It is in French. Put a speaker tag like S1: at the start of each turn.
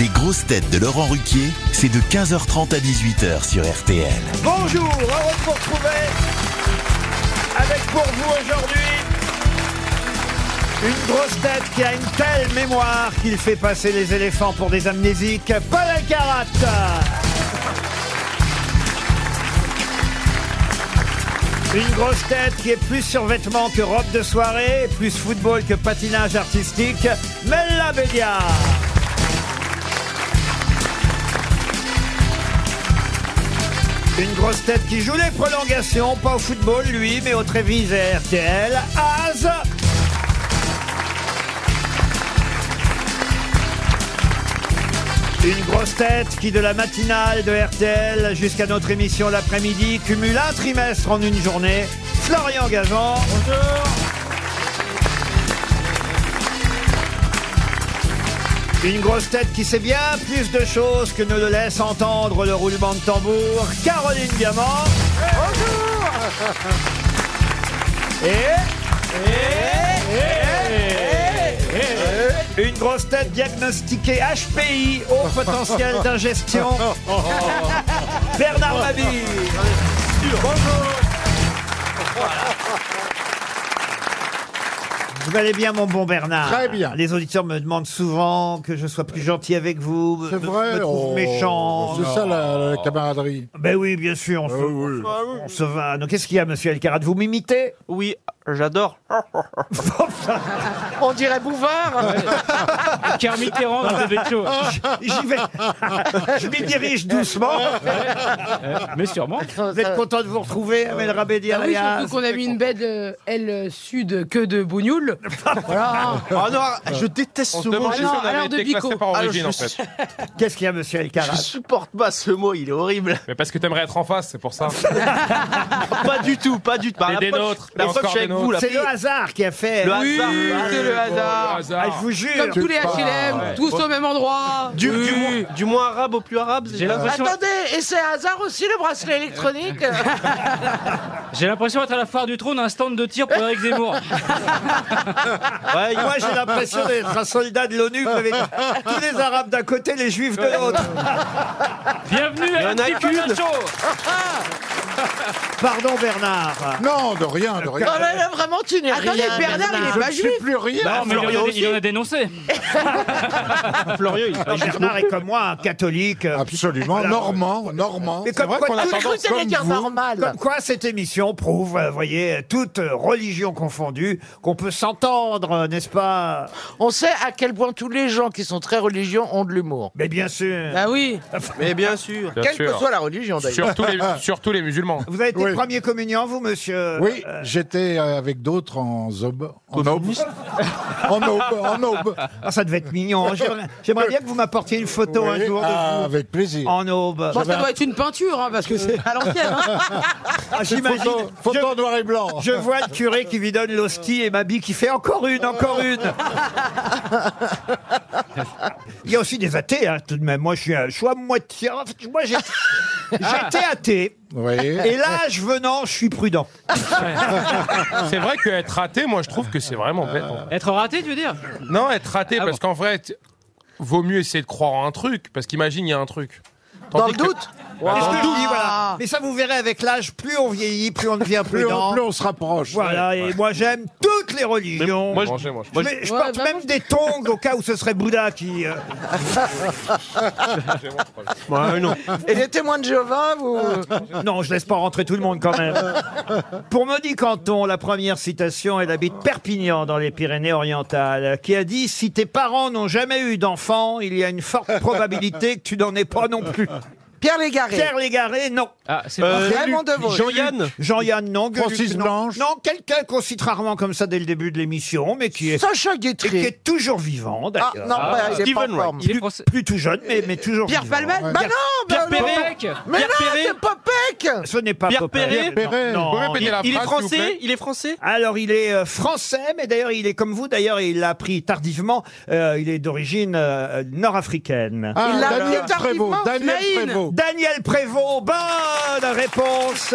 S1: Les grosses têtes de Laurent Ruquier, c'est de 15h30 à 18h sur RTL.
S2: Bonjour, heureux de vous retrouver avec pour vous aujourd'hui une grosse tête qui a une telle mémoire qu'il fait passer les éléphants pour des amnésiques, Paul Alcarat. Une grosse tête qui est plus survêtement que robe de soirée, plus football que patinage artistique, Mella Béliard. Une grosse tête qui joue les prolongations, pas au football lui, mais au Trévise et RTL, Az. Une grosse tête qui de la matinale de RTL jusqu'à notre émission l'après-midi cumule un trimestre en une journée, Florian Gazan. Une grosse tête qui sait bien plus de choses que ne le laisse entendre le roulement de tambour, Caroline Diamant. Bonjour Et... Une grosse tête diagnostiquée HPI, haut potentiel d'ingestion. Bernard Mabille. Bonjour. Vous allez bien, mon bon Bernard
S3: Très bien.
S2: Les auditeurs me demandent souvent que je sois plus gentil avec vous. me-
S3: C'est
S2: me-
S3: vrai,
S2: Me trouvent
S3: oh,
S2: méchant.
S3: C'est ça Euh, la, la camaraderie.
S2: Ben oui, bien sûr, on, se, on se va. Donc, qu'est-ce qu'il y a, monsieur Alcarat Vous m'imitez
S4: Oui, j'adore.
S5: On dirait Bouvard.
S4: Car Mitterrand dans cette show.
S2: J'y vais. je m'y dirige doucement.
S4: Euh, Mais sûrement.
S2: Vous êtes content de vous retrouver, Amel Rabedi
S5: Ah oui,
S2: Arias
S5: surtout qu'on a mis une belle euh, aile sud que de bougnoule. voilà.
S6: Ah non, ah, je déteste ce mot.
S5: demande si
S6: je-
S5: on avait alors de été classé Bico. par
S6: Ah, je,
S2: Qu'est-ce qu'il y a, monsieur
S6: je
S2: Alcarat
S6: supporte pas ce mot, il est horrible.
S7: Mais parce que t'aimerais être en face, c'est pour ça.
S6: pas du tout, pas du tout. Bah,
S7: Mais
S6: la
S7: des
S6: poche-
S7: nôtres,
S6: la
S7: et
S6: poche,
S7: encore
S6: avec
S7: des
S6: vous, la
S2: C'est le
S6: paix.
S2: hasard qui a fait. hein.
S6: Le
S5: Oui,
S6: hasard.
S5: c'est le
S2: Ah,
S5: hasard.
S2: je vous
S5: Comme
S2: jure.
S5: tous les
S3: pas-
S5: HLM,
S7: ouais.
S5: tous au même endroit.
S6: Du,
S5: Oui.
S6: du moins, du moins arabe au plus arabe. c'est
S4: J'ai
S6: ça
S4: l'impression,
S5: Attendez, et c'est hasard aussi le bracelet électronique
S4: j'ai l'impression d'être à la foire du trône, un stand de tir pour Eric Zemmour.
S6: Ouais,
S2: Ah, Moi, j'ai l'impression d'être un soldat de l'ONU avec tous les Arabes d'un côté, les Juifs de l'autre.
S4: Bienvenue à
S6: Il y en a
S4: la petite
S6: qu'une.
S4: show.
S2: Pardon, Bernard.
S3: Non, de rien, de rien.
S5: vraiment, tu n'es Attendez,
S6: rien,
S5: Bernard, il
S3: Je
S5: est pas
S3: ne suis
S5: juif
S3: plus rien.
S4: Non, mais il en, a, il en a dénoncé.
S6: Florian, il-
S2: Alors, Bernard est comme moi, un catholique.
S3: Absolument,
S2: Voilà.
S3: normand, normand.
S2: Mais
S3: Ah, C'est
S2: comme
S3: vrai
S2: quoi,
S3: qu'on a
S2: tout-
S3: tendance comme vous.
S2: Comme quoi, cette émission prouve, euh, voyez, toute religion confondue, qu'on peut s'entendre, euh, n'est-ce pas
S8: On sait à quel point tous les gens qui sont très religieux ont de l'humour.
S2: Mais bien sûr.
S5: Ah oui
S6: Mais bien sûr.
S7: Bien
S8: Quelle
S7: sûr.
S8: que soit la religion d'ailleurs.
S7: Surtout les, surtout les musulmans.
S2: Vous avez été
S3: Oui.
S2: premier communion, vous, monsieur
S3: Oui,
S2: Euh,
S3: j'étais euh, avec d'autres en zob, en aube, en aube, en aube.
S2: ah, ça devait être mignon. J'aimerais- J'aimerais bien que vous m'apportiez une photo un
S3: Oui,
S2: jour de
S3: ah,
S2: vous.
S3: avec plaisir.
S2: En aube.
S5: Bon, ça doit être une peinture, hein, parce que c'est à l'ancienne. hein.
S2: Ah, J'imagine.
S3: Photo, photo en
S2: Je,
S3: noir et blanc.
S2: je vois le curé qui lui donne l'hostie et Mabi qui fait encore une, encore une. Il y a aussi des athées, hein, tout de même. Moi, je suis, un- je suis à moitié. Moi, j'ai- j'étais athée.
S3: Oui.
S2: Et l'âge venant, je suis prudent.
S7: C'est vrai qu'être raté, moi je trouve que c'est vraiment bête. en fait.
S4: Être raté, tu veux dire
S7: Non, être raté,
S4: Ah
S7: parce qu'en vrai, t- vaut mieux essayer de croire en un truc, parce qu'imagine, il y a un truc.
S8: Dans le
S7: Tandis que-
S8: doute,
S2: Qu'est-ce que je dis, voilà. Mais ça, vous verrez avec l'âge, plus on vieillit, plus on devient
S3: Ah. Plus
S2: prudent.
S3: on, plus on se rapproche.
S2: Voilà, et moi j'aime toutes les
S7: Mais
S2: religions.
S7: moi, je- moi, je-
S2: Je mets- je
S5: Ouais,
S2: porte
S5: bah,
S2: même
S5: moi,
S2: des tongs au cas où ce serait Bouddha qui. euh,
S8: et les témoins de Jéhovah, vous.
S6: Euh,
S2: Non, je laisse pas rentrer tout le monde quand même. Pour Maudit Canton, la première citation, elle habite Perpignan dans les Pyrénées-Orientales, qui a dit Si tes parents n'ont jamais eu d'enfants, il y a une forte probabilité que tu n'en aies pas non plus.
S8: Pierre Légaré.
S2: Pierre Légaré, non.
S4: Ah, c'est
S6: Euh,
S8: Raymond Devos.
S6: Jean-Yann,
S2: Jean-Yann, non. Gueluc,
S3: Francis
S2: non.
S3: Blanche.
S2: Non, quelqu'un qu'on cite rarement comme ça dès le début de l'émission, mais qui est,
S8: Sacha
S2: et qui
S8: Guitry.
S2: est toujours vivant
S8: Ah
S2: d'ailleurs.
S8: non, bah, il est pas
S6: Stephen
S8: en
S6: Wright.
S8: forme.
S4: Il est français.
S2: Plus tout jeune, mais, mais toujours
S5: Pierre
S2: vivant.
S5: Palmade
S3: Ouais.
S8: Bah non, bah
S4: Pierre
S8: non.
S4: Perret.
S8: Mais
S4: Pierre
S8: non,
S4: Perret.
S8: c'est Popek.
S2: Ce n'est pas
S6: Pierre
S2: Popper.
S6: Perret.
S2: Non,
S3: Perret.
S2: non,
S7: Vous pouvez répéter la
S6: il est
S7: phrase, s'il vous
S6: français,
S7: plaît
S6: il est français.
S2: Alors il est euh, français, mais d'ailleurs il est comme vous, d'ailleurs il l'a appris tardivement, Euh, il est d'origine euh, nord-africaine.
S3: Ah,
S8: Il l'a
S3: Daniel
S8: mis tardivement,
S3: Prévost. Daniel
S8: Smaïn.
S3: Prévost.
S2: Daniel Prévost, bonne réponse